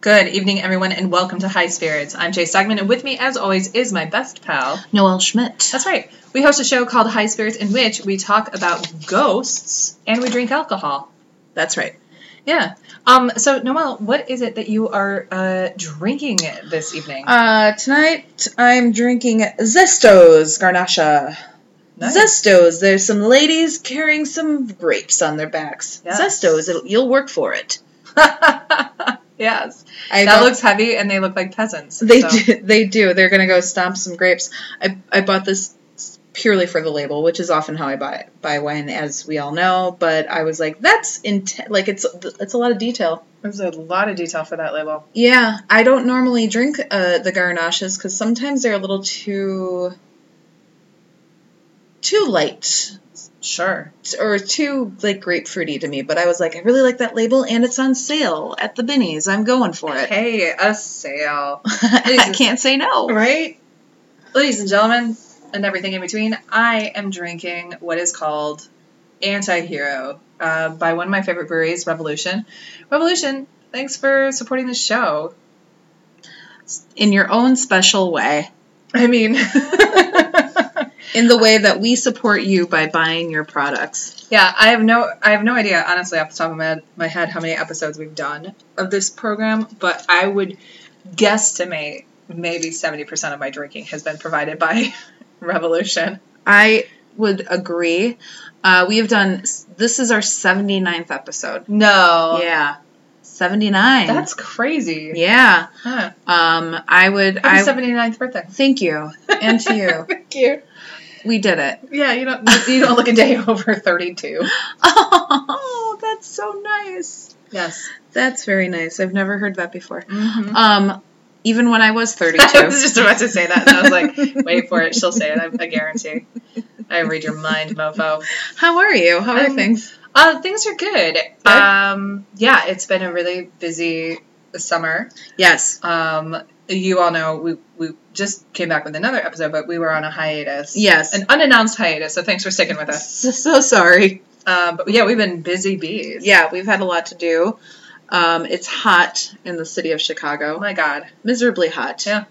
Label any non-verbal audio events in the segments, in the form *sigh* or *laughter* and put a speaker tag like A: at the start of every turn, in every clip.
A: Good evening, everyone, and welcome to High Spirits. I'm Jay Stagman, and with me, as always, is my best pal.
B: Noel Schmidt.
A: That's right. We host a show called High Spirits in which we talk about ghosts and we drink alcohol.
B: That's right.
A: Yeah. Um, so, Noel, what is it that you are uh, drinking this evening?
B: Uh, tonight I'm drinking Zestos Garnacha.
A: Nice.
B: Zestos. There's some ladies carrying some grapes on their backs.
A: Yes.
B: Zestos. It'll, you'll work for it.
A: *laughs* yes.
B: I
A: that
B: bought-
A: looks heavy, and they look like peasants.
B: They
A: so-
B: do. They do. They're gonna go stomp some grapes. I I bought this purely for the label, which is often how I buy buy wine, as we all know. But I was like, that's intent. Like it's it's a lot of detail.
A: There's a lot of detail for that label.
B: Yeah, I don't normally drink uh, the garnaches because sometimes they're a little too too light
A: Sure.
B: or too like grapefruity to me. But I was like, I really like that label, and it's on sale at the Binnie's. I'm going for it.
A: Hey, a sale.
B: *laughs* I can't say no.
A: Right? Ladies and gentlemen, and everything in between, I am drinking what is called Antihero uh, by one of my favorite breweries, Revolution. Revolution, thanks for supporting the show.
B: In your own special way.
A: I mean,
B: in the way that we support you by buying your products.
A: *laughs* yeah, I have no, I have no idea, honestly, off the top of my head, my head, how many episodes we've done of this program, but I would guesstimate maybe seventy percent of my drinking has been provided by *laughs* Revolution.
B: I would agree. Uh, we have done, this is our 79th episode.
A: No,
B: Yeah. 79.
A: that's crazy.
B: Yeah.
A: Huh.
B: Um, I would, I,
A: Happy 79th birthday.
B: thank you. And to you.
A: *laughs* Thank you.
B: We
A: *laughs*
B: did it.
A: Yeah, you don't you don't look a day *laughs* over 32.
B: Oh, that's so nice.
A: Yes.
B: That's very nice. I've never heard that before.
A: Mm-hmm.
B: Um, even when I was 32.
A: *laughs* I was just about to say that, and I was like, wait for it. She'll say it. I, I guarantee. I read your mind, mofo.
B: *laughs* How are you? How are
A: Um,
B: things?
A: Uh, things are good.
B: Good.
A: Um, yeah, it's been a really busy summer.
B: Yes.
A: Um, you all know we, we just came back with another episode, but we were on a hiatus.
B: Yes.
A: An unannounced hiatus, so thanks for sticking with us.
B: So, uh, *laughs* so sorry.
A: Um, but yeah, we've been busy bees.
B: Yeah, we've had a lot to do. Um, it's hot in the city of
A: Oh
B: Chicago,
A: my *laughs* god.
B: miserably hot.
A: Yeah.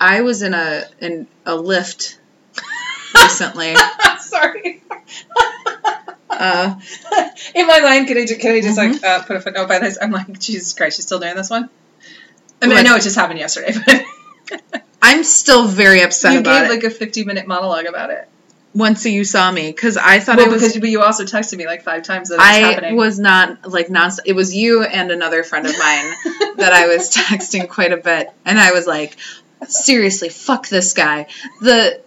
B: I was in a in a lift recently.
A: *laughs* Sorry. *laughs*
B: uh,
A: In my mind, can I just, can I just
B: Mm-hmm.
A: like uh, put a footnote by this? I'm like, Jesus Christ, she's still doing this one. I mean, I
B: What?
A: know it just happened yesterday, *laughs* but
B: I'm still very upset
A: you
B: about
A: gave
B: it.
A: like a 50 minute monologue about it.
B: Once you saw me, because I thought
A: Well,
B: it was.
A: because but you also texted me like five times that it was
B: I
A: happening.
B: was not like non. It was you and another friend of
A: *laughs*
B: mine that I was texting quite a bit, and I was like, seriously, fuck this guy. The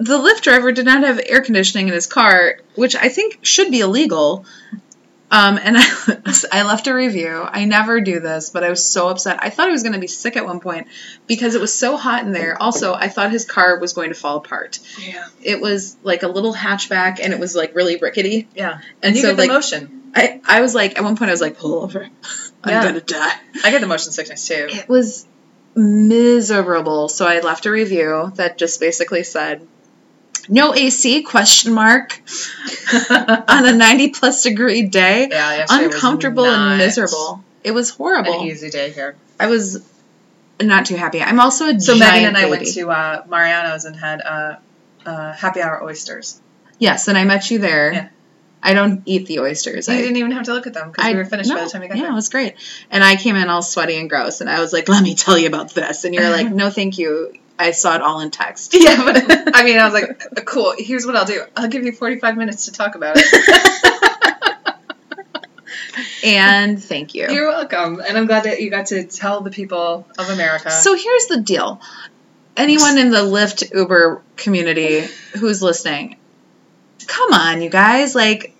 B: the Lyft driver did not have air conditioning in his car, which I think should be illegal. Um, and I, *laughs* I left a review. I never do this, but I was so upset. I thought I was going to be sick at one point because it was so hot in there. Also, I thought his car was going to fall apart.
A: yeah,
B: It was like a little hatchback, and it was like really rickety.
A: yeah. And,
B: And
A: you
B: so,
A: get the
B: like,
A: motion.
B: I, I was like, at one point, I was like, pull over. *laughs* I'm
A: Yeah.
B: gonna die.
A: I get the motion sickness too.
B: It was miserable. So I left a review that just basically said, "No AC?" Question mark
A: *laughs*
B: on a 90 plus degree day.
A: Yeah, yesterday was
B: uncomfortable
A: not
B: and miserable. It was horrible.
A: An easy day here.
B: I was not too happy. I'm also a
A: So
B: giant
A: Megan and I
B: baby.
A: went to uh, Mariano's and had uh, uh, happy hour oysters.
B: yes, and I met you there.
A: Yeah.
B: I don't eat the oysters.
A: So you
B: I
A: didn't even have to look at them because we were finished by
B: no,
A: the time we got
B: yeah,
A: there.
B: it was great. And I came in all sweaty and gross, and I was like, "Let me tell you about this." And you were like,
A: *laughs*
B: "No, thank you. I saw it all in text."
A: Yeah, *laughs* but I mean, I was like, cool, here's what I'll do. I'll give you 45 minutes to talk about it. *laughs*
B: and thank you.
A: You're welcome. And I'm glad that you got to tell the people of America.
B: so here's the deal. Anyone in the Lyft Uber community who's listening, come on, you guys. Like,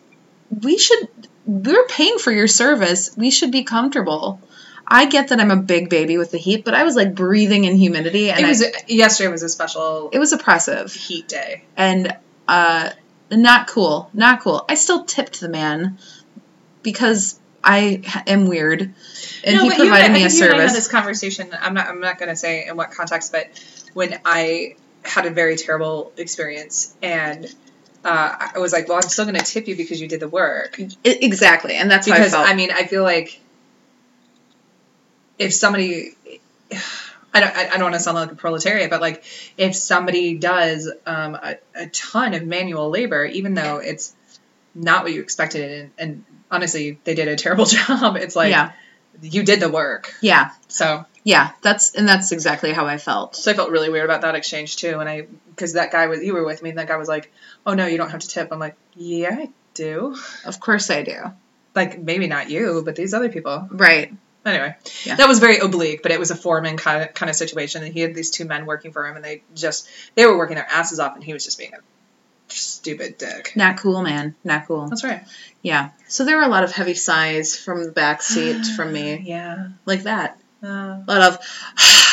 B: we should. We're paying for your service. We should be comfortable. I get that I'm a big baby with the heat, but I was like breathing in humidity, and
A: it
B: I-
A: was, yesterday was a special
B: it was oppressive.
A: heat day.
B: and uh, not cool, not cool. I still tipped the man because I h- am weird, and he
A: you and I-
B: provided
A: I
B: me a
A: think you and I had
B: service.
A: this conversation. I'm not, I'm not going to say in what context, but when I had a very terrible experience and uh, I was like, well, I'm still going to tip you because you did the work.
B: E- exactly, and that's
A: because
B: how I felt.
A: I mean, I feel like if somebody I don't, I I don't want to sound like a proletariat, but like if somebody does um, a, a ton of manual labor, even though it's not what you expected, and, and honestly, they did a *laughs* terrible job, it's like
B: yeah.
A: you did the work.
B: Yeah.
A: So,
B: Yeah. That's and that's exactly how I felt.
A: so I felt really weird about that exchange too. And I, because that guy was, you were with me, and that guy was like, oh no, you don't have to tip. I'm like, yeah, I do.
B: Of course I do.
A: Like, maybe not you, but these other people.
B: Right.
A: anyway,
B: Yeah.
A: that was very oblique, but it was a foreman kind of, kind of situation. And he had these two men working for him, and they just they were working their asses off, and he was just being a stupid dick.
B: Not cool, man. Not cool.
A: That's right.
B: Yeah. So there were a lot of heavy sighs from the back seat from me,
A: Yeah.
B: like that.
A: Uh,
B: A lot of.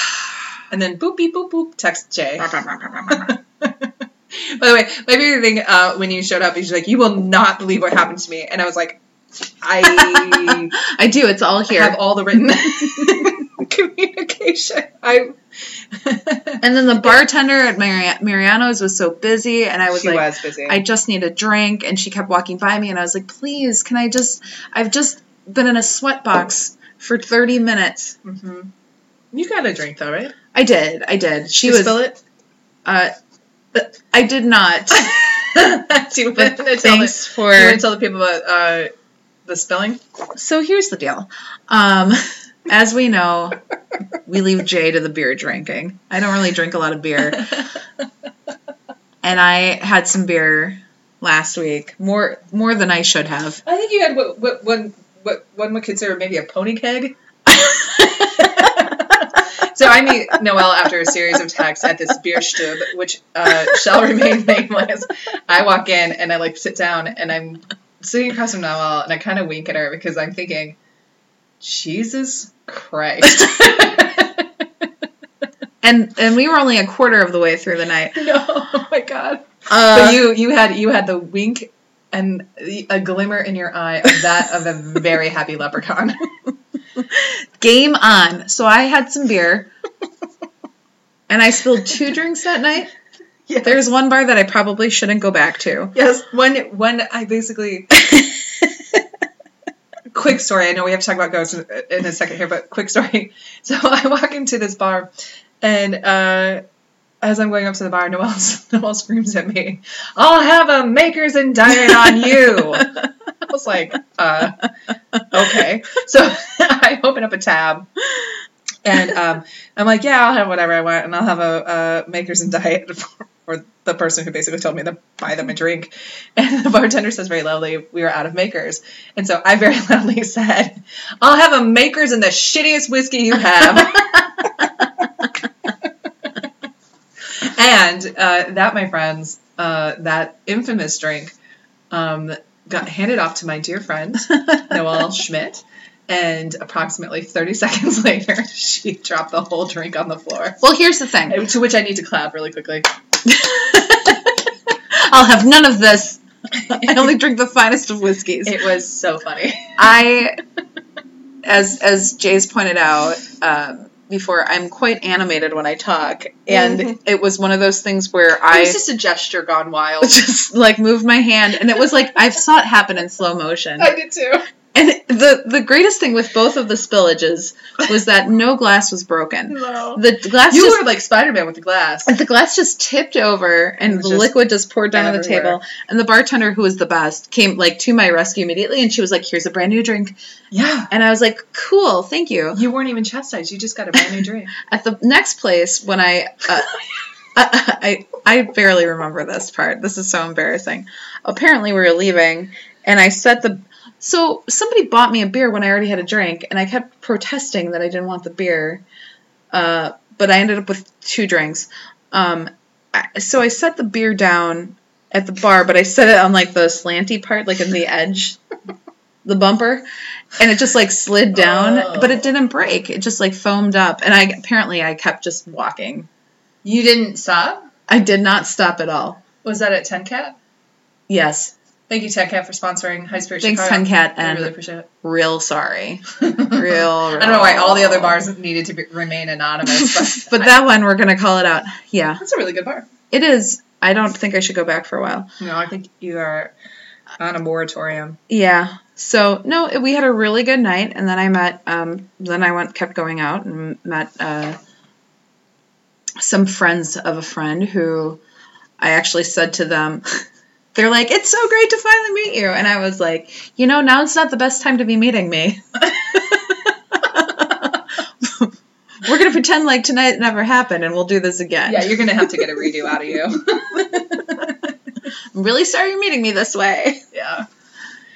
B: *laughs*
A: and then boop beep boop boop text Jay. *laughs* By the way, my favorite thing uh, when you showed up is like, "You will not believe what happened to me," and I was like, "I
B: I do. It's all *laughs* here.
A: have all the
B: *laughs*
A: written communication." I
B: and then the bartender at Mari- Mariano's was so busy, and I was
A: she
B: like,
A: was busy.
B: I just need a drink. And she kept walking by me, and I was like, please, can I just, I've just been in a sweat box for 30 minutes.
A: Mhm. You got a drink though, right?
B: I did, I did. She
A: Did you
B: was,
A: spill it.
B: uh, but I did not. *laughs*
A: *laughs* Do you want
B: But
A: to tell
B: thanks
A: the,
B: for.
A: do you want to tell the people about uh, the spelling?
B: So here's the deal. Um, as we know, we leave Jay to the beer drinking. I don't really drink a lot of beer.
A: *laughs*
B: and I had some beer last week, more more than I should have.
A: *laughs* I think you had what, what one what one would consider maybe a pony *laughs* keg. So I meet Noelle after a series of texts at this beer stub, which uh, shall remain nameless. I walk in and I like sit down and I'm sitting across from Noelle and I kind of wink at her because I'm thinking, Jesus *laughs* Christ.
B: and and we were only a quarter of the way through the night.
A: *laughs* oh my God.
B: Uh,
A: But you you had you had the wink and the- a glimmer in your eye of that of a very happy *laughs* leprechaun.
B: game on. So I had
A: *laughs*
B: some beer, and I spilled two drinks that night.
A: Yes.
B: There's one bar that I probably shouldn't go back to.
A: yes, one one I basically quick story. I know we have to talk about ghosts in, in a second here, but quick story. *laughs* So I walk into this bar, and uh, as I'm going up to the bar, *laughs* Noelle Noelle screams at me, "I'll have a makers and diet on
B: *laughs*
A: you." *laughs* I was like, uh, okay. So *laughs* I open up a tab. And um, I'm like, yeah, I'll have whatever I want, and I'll have a, a makers and diet *laughs* for, for the person who basically told me to buy them a drink. *laughs* And the bartender says very loudly, "We are out of makers," and so I very *laughs* loudly said, "I'll have a makers and the shittiest whiskey you have." *laughs* and uh, that, my friends, uh, that infamous drink um, got handed off to my dear friend Noelle Schmidt. And approximately 30 *laughs* seconds later, she dropped the whole drink on the floor.
B: Well, here's the thing.
A: To which I need to clap really *laughs* quickly.
B: I'll have none of this. I only drink the finest of whiskeys.
A: It was so funny.
B: I, as as Jay's pointed out um, before, I'm quite animated when I talk, and
A: Mhm.
B: it was one of those things where
A: It
B: I
A: was just a gesture gone *laughs* wild.
B: just like moved my hand, and it was like I saw it happen in slow motion.
A: I did too.
B: And the the greatest thing with both of the spillages was that no glass was broken.
A: No.
B: The glass
A: You
B: just
A: were like Spider Man with the glass.
B: the glass just tipped over and
A: It was
B: the
A: just
B: liquid just poured down on the
A: everywhere.
B: table and the bartender who was the best came like to my rescue immediately and she was like here's a brand new drink
A: Yeah.
B: and i was like cool thank you
A: You weren't even chastised. You just got a brand new drink.
B: at the next place when I, uh, *laughs* I, I I barely remember this part. This is so embarrassing. Apparently, we were leaving, and I set the. So somebody bought me a beer when I already had a drink, and I kept protesting that I didn't want the beer. Uh, but I ended up with two drinks. Um, I, so I set the beer down at the bar, but I set it on like the slanty part, like in the edge, the bumper, and it just like slid down,
A: Oh.
B: but it didn't break. It just like foamed up, and I apparently I kept just walking.
A: *laughs* You didn't stop?
B: I did not stop at all.
A: Was that at 10 Cat?
B: Yes,
A: Thank you, 10 Cat, for sponsoring High Spirit
B: Thanks,
A: Chicago.
B: 10 Cat,
A: I
B: and-
A: really appreciate it. *laughs*
B: real sorry, real. real.
A: I don't know why all the other bars needed to be, remain anonymous, *laughs* but,
B: *laughs* but that one we're gonna call it out. Yeah,
A: that's a really good bar.
B: it is. I don't think I should go back for a while.
A: No, I think you are on a moratorium.
B: Yeah, So no, it- we had a really good night, and then I met. Um, then I went, kept going out, and met uh, some friends of a friend who I actually said to them. *laughs* They're like, it's so great to finally meet you. And I was like, you know, now it's not the best time to be meeting me. *laughs* We're going to pretend like tonight never happened and we'll do this again.
A: Yeah, you're gonna have to get a redo out of you.
B: I'm really sorry you're meeting me this way.
A: *laughs* yeah.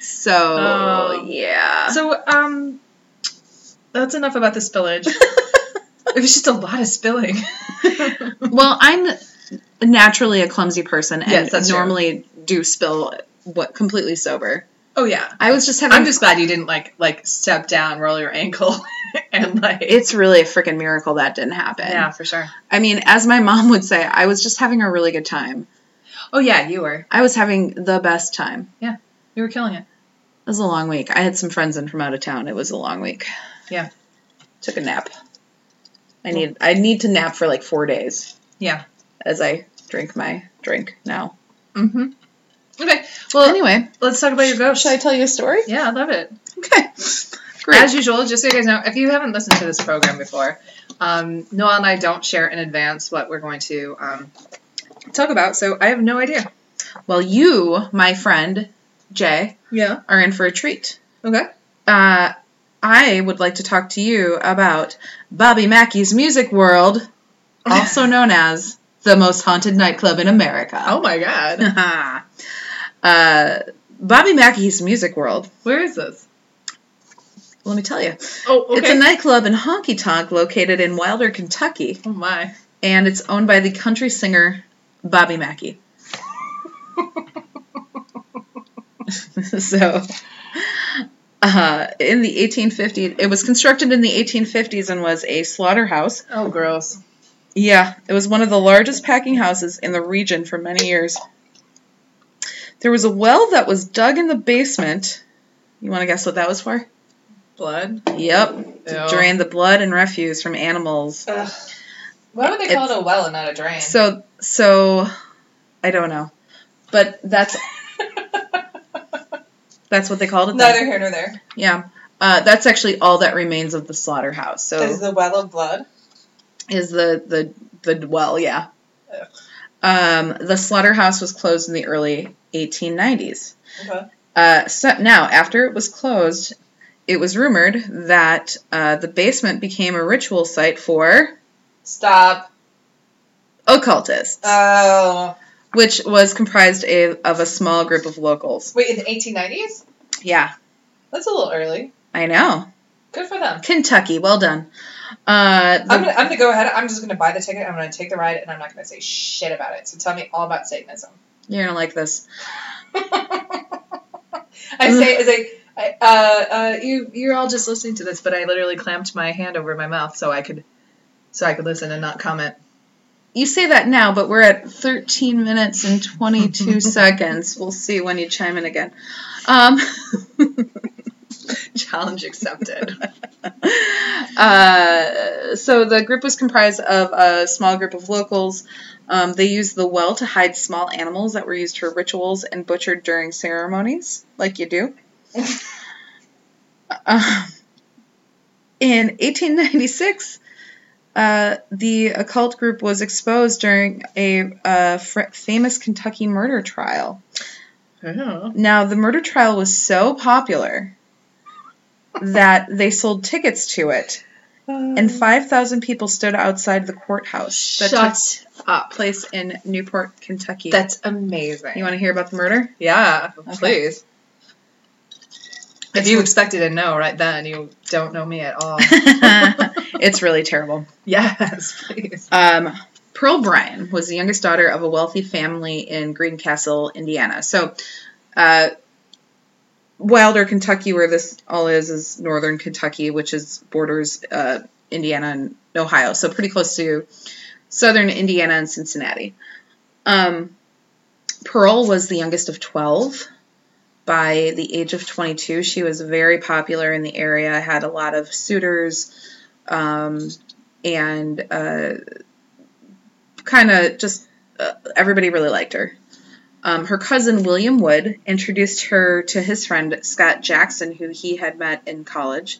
B: So,
A: Oh.
B: yeah.
A: So um, that's enough about the *laughs* spillage. it was just a lot of *laughs* spilling.
B: well, I'm naturally a clumsy person and
A: Yes, that's true.
B: normally do spill what completely sober.
A: oh yeah.
B: I was just having
A: I'm just glad you didn't like like step down, roll your ankle, *laughs* and like
B: it's really a freaking miracle that didn't happen.
A: yeah for sure.
B: I mean, as my mom would say, I was just having a really good time.
A: Oh yeah, you were
B: I was having the best time.
A: you were killing it.
B: It was a long week. I had some friends in from out of town. It was a long week.
A: Yeah.
B: Took a nap. I need I need to nap for like 4 days
A: Yeah.
B: as I drink my drink now.
A: Mm-hmm. Okay,
B: Well, anyway,
A: let's talk about your ghost.
B: should I tell you a story?
A: yeah, I love it.
B: Okay. Great.
A: As usual, just so you guys know, if you haven't listened to this program before, um, Noel and I don't share in advance what we're going to um, talk about, so I have no idea.
B: Well, you, my friend Jay,
A: Yeah.
B: are in for a treat.
A: Okay.
B: Uh, I would like to talk to you about Bobby Mackey's Music World, also known as the most haunted nightclub in America. *laughs*
A: Oh my God.
B: uh, Bobby Mackey's Music World.
A: Where is this?
B: Let me tell you,
A: Oh, okay.
B: it's a nightclub in Honky Tonk located in Wilder, Kentucky,
A: oh my.
B: and it's owned by the country singer Bobby Mackey. *laughs* so uh, in the 1850s it was constructed in the 1850s and was a slaughterhouse
A: Oh, gross.
B: yeah it was one of the largest packing houses in the region for many years there was a well that was dug in the basement you want to guess what that was for
A: Blood.
B: yep to
A: Ew.
B: drain the blood and refuse from animals
A: Ugh. Why would they call it
B: It's-
A: a well and not a drain?
B: so so i don't know but that's that's what they called it then.
A: *laughs* Neither here nor there.
B: yeah uh, that's actually all that remains of the slaughterhouse so
A: Is the well of blood?
B: is the the the well, yeah.
A: Ugh.
B: Um, the slaughterhouse was closed in the early 1890s.
A: Okay.
B: Uh, so now, after it was closed, it was rumored that uh, the basement became a ritual site for
A: Stop.
B: occultists,
A: Oh.
B: which was comprised a, of a small group of locals.
A: Wait, in the 1890s?
B: Yeah,
A: That's a little early.
B: I know.
A: Good for them.
B: Kentucky, well done. Uh, the-
A: I'm gonna, I'm gonna go ahead. I'm just gonna buy the ticket. I'm gonna take the ride, and I'm not gonna say shit about it. So tell me all about Satanism. *laughs*
B: you're gonna like this.
A: I say, I say, I, uh, uh, you you're all just listening to this, but I literally clamped my hand over my mouth so I could, so I could listen and not comment. *laughs*
B: You say that now, but we're at 13 minutes and 22 seconds. We'll see when you chime in again. Um, *laughs*
A: Challenge accepted.
B: uh, so the group was comprised of a small group of locals. Um, they used the well to hide small animals that were used for rituals and butchered during ceremonies, like you do. Um, in 1896, uh, the occult group was exposed during a uh, fr- famous Kentucky murder trial.
A: Oh.
B: Now, the murder trial was so popular that they sold tickets to it,
A: Mm.
B: and 5,000 people stood outside the courthouse that
A: Shut
B: took
A: up.
B: place in Newport, Kentucky.
A: That's amazing.
B: you want to hear about the murder?
A: yeah, please. If
B: It's
A: you
B: re-
A: expected a no right then, you don't know me at all. *laughs*
B: *laughs* it's really terrible.
A: yes, please.
B: Um, Pearl Bryan was the youngest daughter of a wealthy family in Greencastle, Indiana. So, uh, Wilder, Kentucky, where this all is, is northern Kentucky, which is borders uh, Indiana and Ohio. So, pretty close to southern Indiana and Cincinnati. Um, Pearl was the youngest of 12. By the age of 22, she was very popular in the area, had a lot of suitors. Um, and uh, kind of just uh, everybody really liked her. Um, her cousin William Wood introduced her to his friend Scott Jackson, who he had met in college.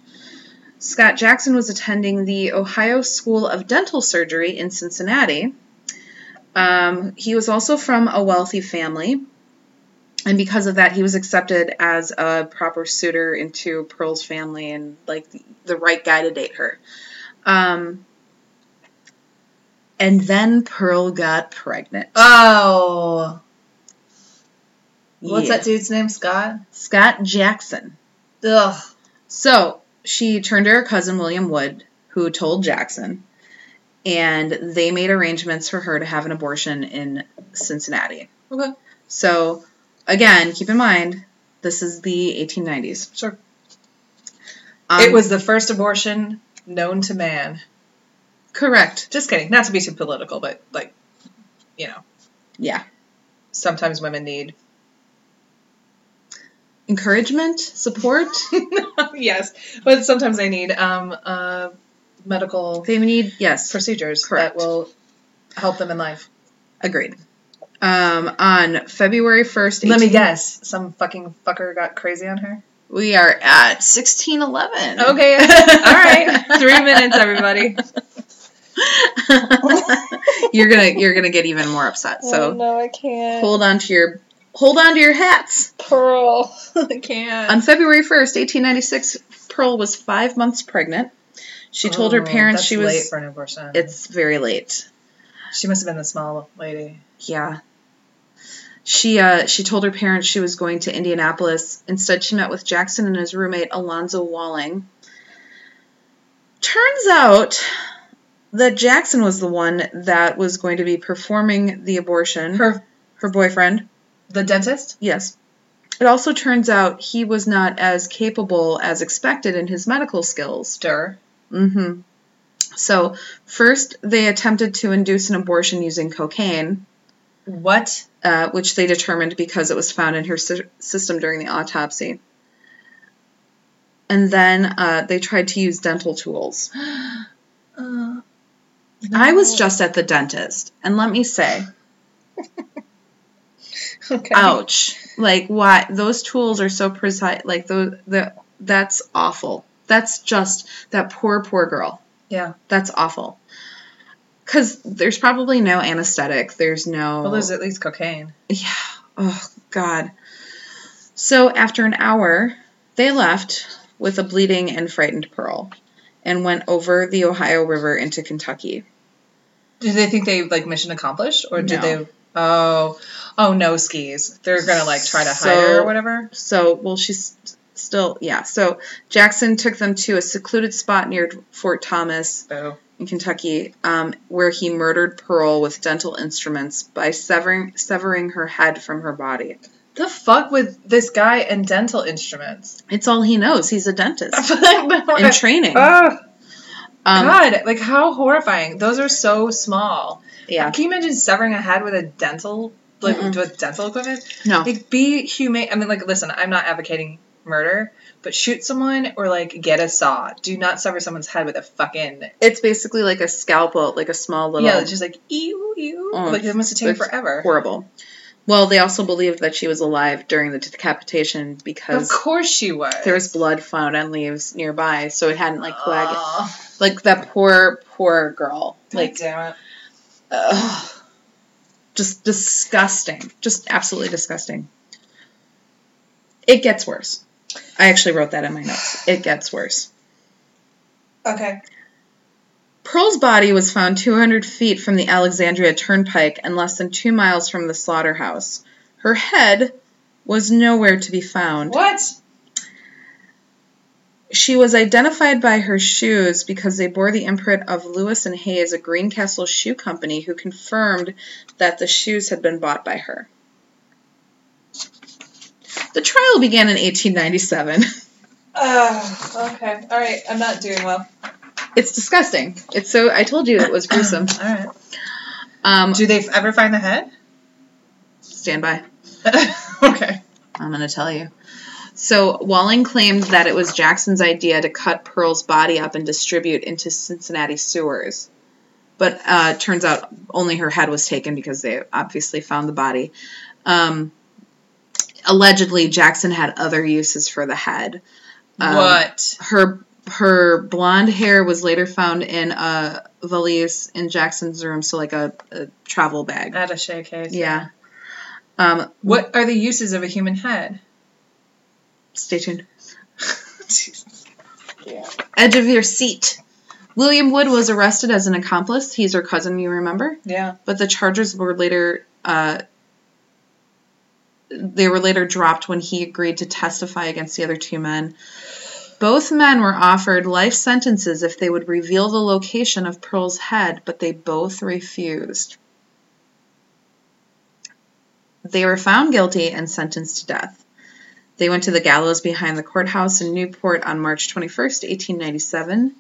B: Scott Jackson was attending the Ohio School of Dental Surgery in Cincinnati. Um, he was also from a wealthy family, and because of that, he was accepted as a proper suitor into Pearl's family and like the, the right guy to date her. Um, and then Pearl got pregnant.
A: Oh. What's
B: Yeah.
A: that dude's name? Scott?
B: Scott Jackson.
A: Ugh.
B: So she turned to her cousin William Wood, who told Jackson, and they made arrangements for her to have an abortion in Cincinnati.
A: Okay.
B: So, again, keep in mind, this is the 1890s.
A: Sure.
B: Um,
A: it was the first abortion known to man.
B: correct.
A: Just kidding. Not to be too political, but like, you know,
B: Yeah.
A: sometimes women need. *laughs*
B: Encouragement, support.
A: yes, but sometimes they need um, uh, medical
B: they need yes.
A: procedures
B: Correct.
A: that will help them in life.
B: Agreed. Um, on February 1st,
A: Let me
B: 18
A: guess. Some fucking fucker got crazy on her.
B: we are at
A: *laughs*
B: 1611.
A: Okay. All right. Three minutes, *laughs* everybody.
B: *laughs* you're gonna you're gonna get even more upset. So
A: Oh, no, I can't.
B: hold on to your hold on to your hats.
A: Pearl. *laughs* I can't.
B: On February first, eighteen ninety six, Pearl was five months pregnant. She told her
A: Oh,
B: parents
A: that's
B: she was.
A: late for an abortion.
B: It's very late.
A: she must have been the small lady.
B: Yeah. She uh, she told her parents she was going to Indianapolis. Instead, she met with Jackson and his roommate Alonzo Walling. Turns out that Jackson was the one that was going to be performing the abortion.
A: Her
B: her boyfriend.
A: the dentist.
B: Yes. It also turns out he was not as capable as expected in his medical skills.
A: Stir.
B: Mm-hmm. So, first, they attempted to induce an abortion using cocaine,
A: What?
B: uh, which they determined because it was found in her sy- system during the autopsy. And then uh, they tried to use dental tools.
A: Uh, *laughs*
B: I was just at the dentist, and let me say,
A: okay.
B: ouch like why those tools are so precise like those the that's awful that's just that poor poor girl
A: Yeah.
B: that's awful because there's probably no anesthetic there's no
A: Well, there's at least cocaine.
B: yeah oh god so after an hour they left with a bleeding and frightened pearl and went over the ohio river into kentucky
A: Do they think they like mission accomplished, or did
B: No.
A: they? Oh, oh no, skis. They're gonna like try to hide her
B: So-
A: or whatever.
B: So, well, she's still, yeah. So Jackson took them to a secluded spot near Fort Thomas
A: So
B: in Kentucky, um, where he murdered Pearl with dental instruments by severing severing her head from her body.
A: the fuck with this guy and dental instruments. *laughs*
B: It's all he knows. He's a dentist in
A: and
B: training.
A: Oh
B: Um,
A: God! Like how horrifying. Those are so small.
B: yeah,
A: Can you imagine severing a head with a dental, like
B: Mm-mm.
A: with dental equipment?
B: no,
A: Like be humane. I mean, like listen, I'm not advocating murder, but shoot someone or like get a saw. Do not sever someone's head with a fucking
B: it's basically like a scalpel, like a small little.
A: yeah. It's just like ew ew.
B: Mm.
A: like it must have taken
B: It's
A: forever.
B: horrible. Well, they also believed that she was alive during the decapitation
A: Of
B: because
A: course she was.
B: there was blood found on leaves nearby, so it hadn't like coagulated.
A: Aw,
B: like that poor poor girl
A: like
B: like
A: damn it.
B: ugh, just disgusting just absolutely disgusting it gets worse i actually wrote that in my notes it gets worse
A: Okay.
B: pearl's body was found 200 feet from the alexandria turnpike and less than two miles from the slaughterhouse her head was nowhere to be found
A: What?
B: She was identified by her shoes because they bore the imprint of Lewis and Hayes, a Greencastle shoe company, who confirmed that the shoes had been bought by her. The trial began in 1897.
A: Oh, okay. All right. I'm not doing well.
B: *laughs* It's disgusting. It's so I told you it was gruesome.
A: All right.
B: Um,
A: Do they f- ever find the head? *laughs*
B: stand by.
A: okay.
B: I'm going to tell you. So Walling claimed that it was Jackson's idea to cut Pearl's body up and distribute into Cincinnati sewers. But uh, turns out only her head was taken because they obviously found the body. Um, allegedly, Jackson had other uses for the head. Um,
A: what?
B: her her blonde hair was later found in a valise in Jackson's room, so like a, a travel bag.
A: Attaché case.
B: yeah. Um,
A: What are the uses of a human head?
B: stay tuned. Edge of your seat. William Wood was arrested as an accomplice. He's her cousin, you remember.
A: Yeah.
B: But the charges were later uh, they were later dropped when he agreed to testify against the other two men. Both men were offered life sentences if they would reveal the location of Pearl's head, but they both refused. They were found guilty and sentenced to death. They went to the gallows behind the courthouse in Newport on March 21st, 1897.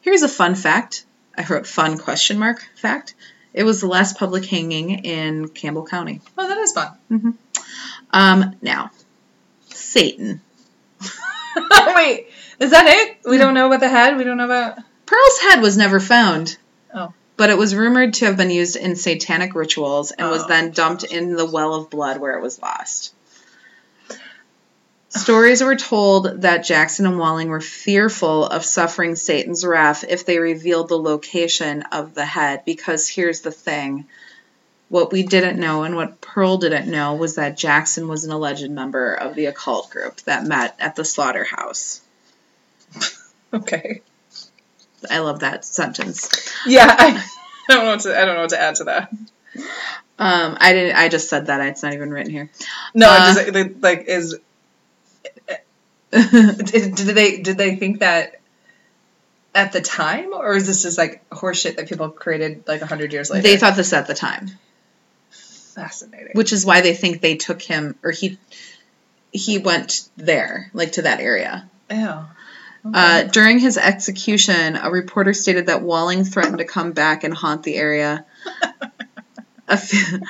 B: Here's a fun fact. I wrote fun question mark fact. It was the last public hanging in Campbell County.
A: Oh, that is fun. *laughs*
B: Um, now, Satan.
A: Wait, is that it? We don't know about the head. We don't know about.
B: Pearl's head was never found.
A: Oh.
B: But it was rumored to have been used in satanic rituals and was
A: Oh,
B: then dumped in the well of blood where it was lost. Stories were told that Jackson and Walling were fearful of suffering Satan's wrath if they revealed the location of the head, because here's the thing. What we didn't know and what Pearl didn't know was that Jackson was an alleged member of the occult group that met at the slaughterhouse.
A: Okay.
B: I love that sentence.
A: Yeah, I *laughs* I don't know what to. I don't know what to add to that.
B: Um, I didn't. I just said that. It's not even written here. *laughs*
A: No,
B: Uh,
A: I'm just like, like is did, did they did they think that at the time, or is this just like horseshit that people created like hundred years later?
B: they thought this at the time,
A: fascinating.
B: which is why they think they took him or he he went there, like to that area.
A: Ew. *laughs*
B: Uh, during his execution, a reporter stated that Walling threatened to come back and haunt the area. a, few,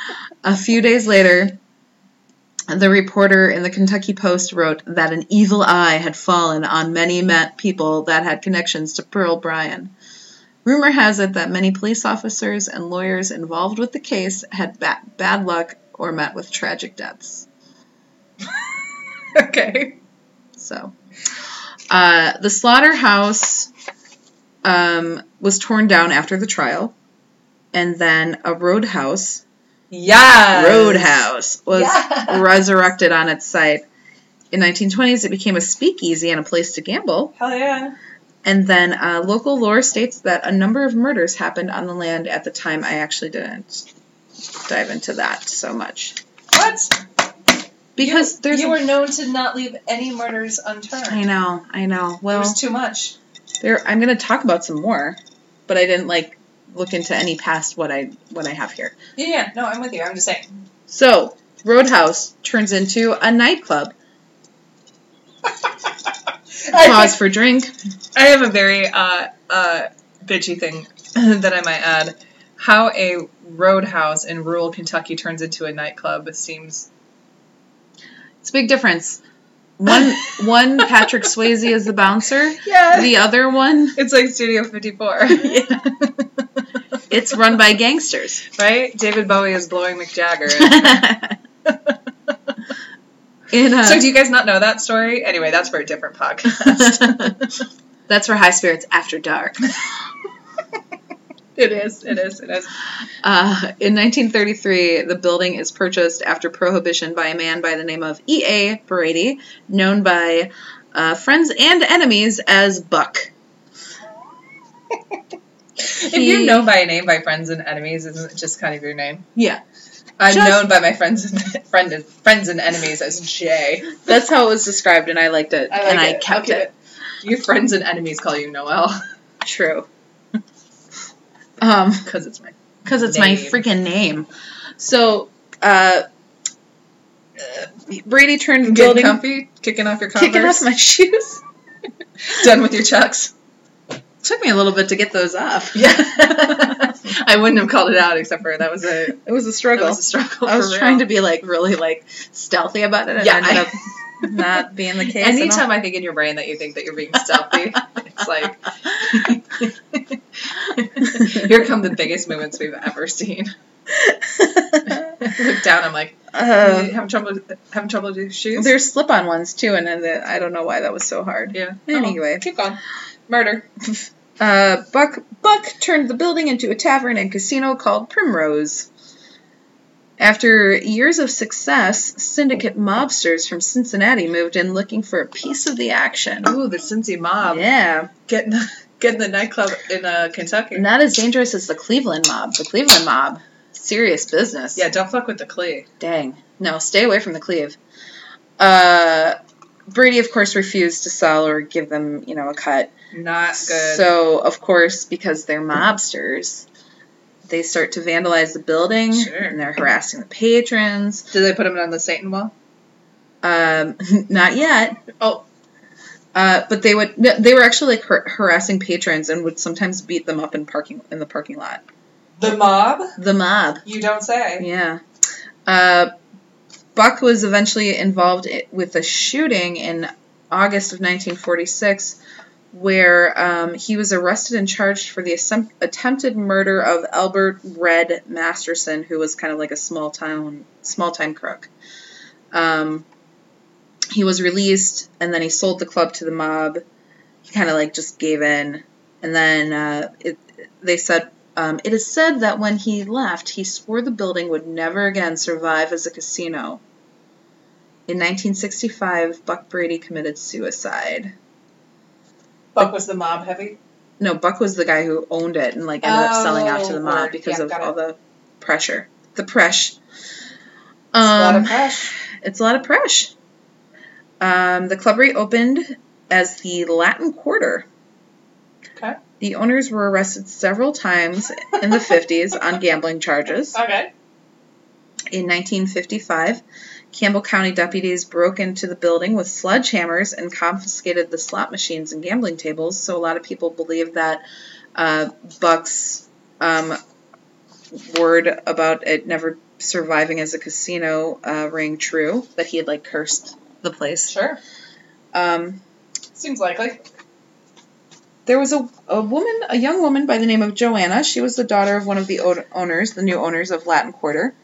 B: a few days later, the reporter in the Kentucky Post wrote that an evil eye had fallen on many ma- people that had connections to Pearl Bryan. Rumor has it that many police officers and lawyers involved with the case had ba- bad luck or met with tragic deaths.
A: Okay.
B: So, uh, the slaughterhouse um, was torn down after the trial, and then a roadhouse
A: Yeah.
B: roadhouse
A: *laughs*
B: was
A: Yes.
B: resurrected on its site. In 1920s, it became a speakeasy and a place to gamble.
A: Hell yeah.
B: And then uh, local lore states that a number of murders happened on the land at the time. I actually didn't dive into that so much
A: What?
B: because
A: you,
B: there's.
A: you were known to not leave any murders unturned.
B: I know, I know.
A: It
B: Well,
A: was too much.
B: There, I'm going to talk about some more, but I didn't like look into any past what I what I have here.
A: Yeah, yeah. No, I'm with you. I'm just saying.
B: So Roadhouse turns into
A: *laughs*
B: a nightclub. *laughs* Pause for drink.
A: I have a very uh, uh, bitchy thing *laughs* that I might add. How a roadhouse in rural Kentucky turns into a nightclub seems.
B: It's a big difference.
A: *laughs*
B: One one Patrick Swayze is the bouncer.
A: Yeah.
B: The other one,
A: *laughs* it's like Studio 54. *laughs*
B: it's run by gangsters. *laughs*
A: right? David Bowie is blowing Mick Jagger.
B: In uh, a,
A: so, do you guys not know that story? Anyway, that's for a different podcast.
B: *laughs*
A: *laughs*
B: that's for high spirits after dark.
A: it is, it is, it is.
B: Uh, in 1933, the building is purchased after prohibition by a man by the name of E.A. Brady, known by uh, friends and enemies as Buck.
A: If you're known by a name by friends and enemies, isn't it just kind of your name?
B: Yeah,
A: I'm
B: Just-
A: known by my friends and *laughs* friend and friends and enemies as Jay.
B: that's how it was described, and I liked it,
A: I like
B: and I
A: it. I'll
B: kept
A: give
B: it.
A: Your friends and enemies call you Noel *laughs*
B: True. *laughs* Um,
A: because it's my
B: because it's my
A: Name.
B: freaking name. So, uh, uh, Brady turned the building,
A: Getting comfy, kicking off your
B: kicking off
A: Converse,
B: my shoes.
A: done with your chucks.
B: Took me a little bit to get those
A: *laughs*
B: off. *laughs*
A: Yeah, I wouldn't have called it out except for that was a that
B: It was a struggle.
A: was a struggle.
B: I was
A: for
B: trying to
A: real.
B: be like really like stealthy about it, and
A: Yeah,
B: ended
A: I-
B: up not being
A: *laughs*
B: the case. at all.
A: Anytime I think in your brain that you think that you're being *laughs* stealthy, it's like *laughs* here come the biggest movements we've ever seen. Look down. I'm like,
B: Uh,
A: you having trouble having trouble with your shoes?
B: there's slip-on ones too, and uh, I don't know why that was so hard.
A: yeah.
B: Anyway.
A: Oh, keep going. Murder.
B: Uh, Buck Buck turned the building into a tavern and casino called Primrose. After years of success, syndicate mobsters from Cincinnati moved in looking for a piece of the action.
A: Ooh, the Cincy mob
B: Yeah,
A: getting the, getting the nightclub in uh, Kentucky.
B: not as dangerous as the Cleveland mob. The Cleveland mob, serious business.
A: Yeah, don't fuck with the Klee.
B: Dang. No, stay away from the Cleve. Uh, Brady, of course, refused to sell or give them, you know, a cut.
A: Not good.
B: So, of course, because they're mobsters, they start to vandalize the building
A: Sure.
B: and they're harassing the patrons.
A: Did they put him on the Satan wall?
B: Um, *laughs* not yet.
A: Oh.
B: Uh, but they would no, they were actually like har- harassing patrons and would sometimes beat them up in parking in the parking lot.
A: The mob?
B: The mob.
A: You don't say.
B: Yeah. Uh, Buck was eventually involved i- with a shooting in August of 1946 where um, he was arrested and charged for the assem- attempted murder of Albert Red Masterson, who was kind of like a small town, small time crook. Um, he was released and then he sold the club to the mob. He kind of like just gave in. And then uh, it, they said um, it is said that when he left, he swore the building would never again survive as a casino. In 1965, Buck Brady committed suicide.
A: Buck was the mob heavy.
B: No, Buck was the guy who owned it and like ended
A: Oh,
B: up selling out to the mob
A: word.
B: because
A: Yeah,
B: of
A: got
B: all
A: it.
B: the pressure. The pressure.
A: It's a lot of
B: Um,
A: crash.
B: it's a lot of pressure. Um, the club reopened as the Latin Quarter.
A: Okay.
B: The owners were arrested several times in the 50s on gambling charges.
A: Okay.
B: In 1955, Campbell County deputies broke into the building with sledgehammers and confiscated the slot machines and gambling tables. So a lot of people believe that uh, Buck's um, word about it never surviving as a casino uh, rang true. That he had like cursed the place.
A: Sure.
B: Um,
A: Seems likely.
B: there was a, a woman, a young woman by the name of Joanna. She was the daughter of one of the o- owners, the new owners of Latin Quarter.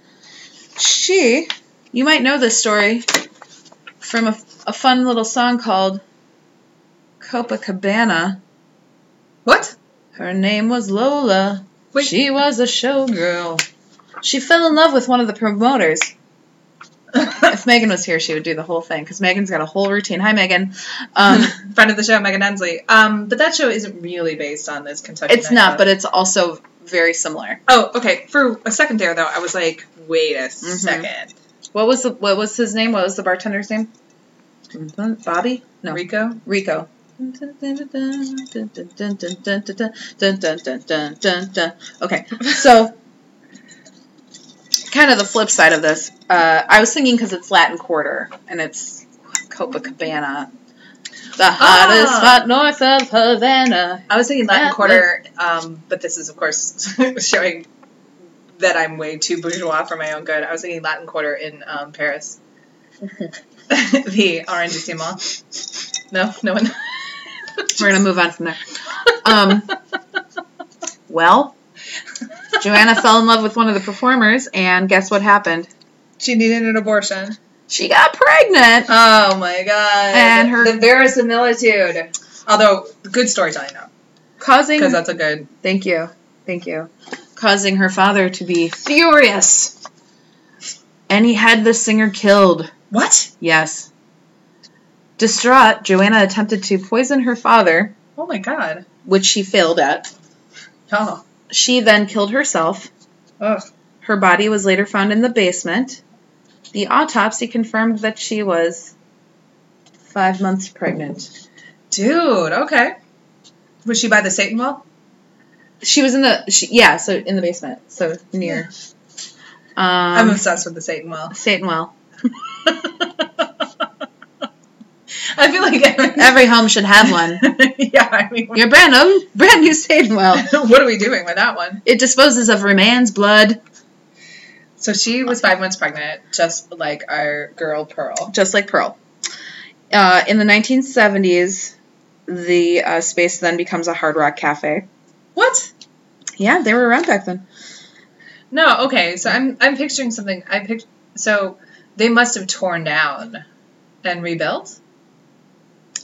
B: She, you might know this story from a, a fun little song called Copacabana.
A: *laughs* What?
B: Her name was Lola.
A: Wait.
B: She was a showgirl. She fell in love with one of the promoters. If Megan was here, she would do the whole thing because Megan's got a whole routine. Hi, Megan. Um,
A: *laughs* Friend of the show, Megan Ensley. Um, but that show isn't really based on this Kentucky.
B: it's not, but it's also very similar.
A: oh, okay. For a second there, though, I was like, wait a
B: Mm-hmm.
A: second,
B: What was the what was his name? What was the bartender's name? Bobby? No,
A: Rico.
B: Rico. Okay, so kind of the flip side of this. Uh, I was thinking because it's Latin Quarter and it's Copacabana, the hottest
A: Ah.
B: spot north of Havana.
A: I was thinking Latin
B: Yeah,
A: Quarter, um, but this is of course *laughs* showing that I'm way too bourgeois for my own good. I was thinking Latin Quarter in um, Paris, *laughs* the arrondissement. No, no one.
B: We're gonna move on from there. Um,
A: *laughs*
B: well, Joanna fell in love with one of the performers, and guess what happened?
A: She needed an abortion.
B: She got pregnant.
A: Oh my god!
B: And her-
A: the verisimilitude. Although good storytelling though,
B: causing
A: because that's a good.
B: thank you thank you causing her father to be furious and he had the singer killed
A: What?
B: yes distraught joanna attempted to poison her father
A: Oh my god!
B: which she failed at
A: Oh,
B: she then killed herself
A: ugh.
B: her body was later found in the basement the autopsy confirmed that she was five months pregnant
A: dude. Okay. Was she by the Satan wall?
B: she was in the she, yeah so in the basement so near um,
A: I'm obsessed with the Satan wall.
B: Satan well
A: *laughs* I feel like
B: *laughs* Every home should have one.
A: *laughs* yeah, I mean,
B: Your brand *laughs* new, brand new Satan well.
A: *laughs* what are we doing with that one?
B: It disposes of remains, blood,
A: So she was five months pregnant, just like our girl Pearl.
B: just like Pearl. Uh, in the 1970s, the uh, space then becomes a Hard Rock Cafe.
A: What?
B: Yeah, they were around back then.
A: No, okay. So I'm I'm picturing something. I picked so they must have torn down and rebuilt.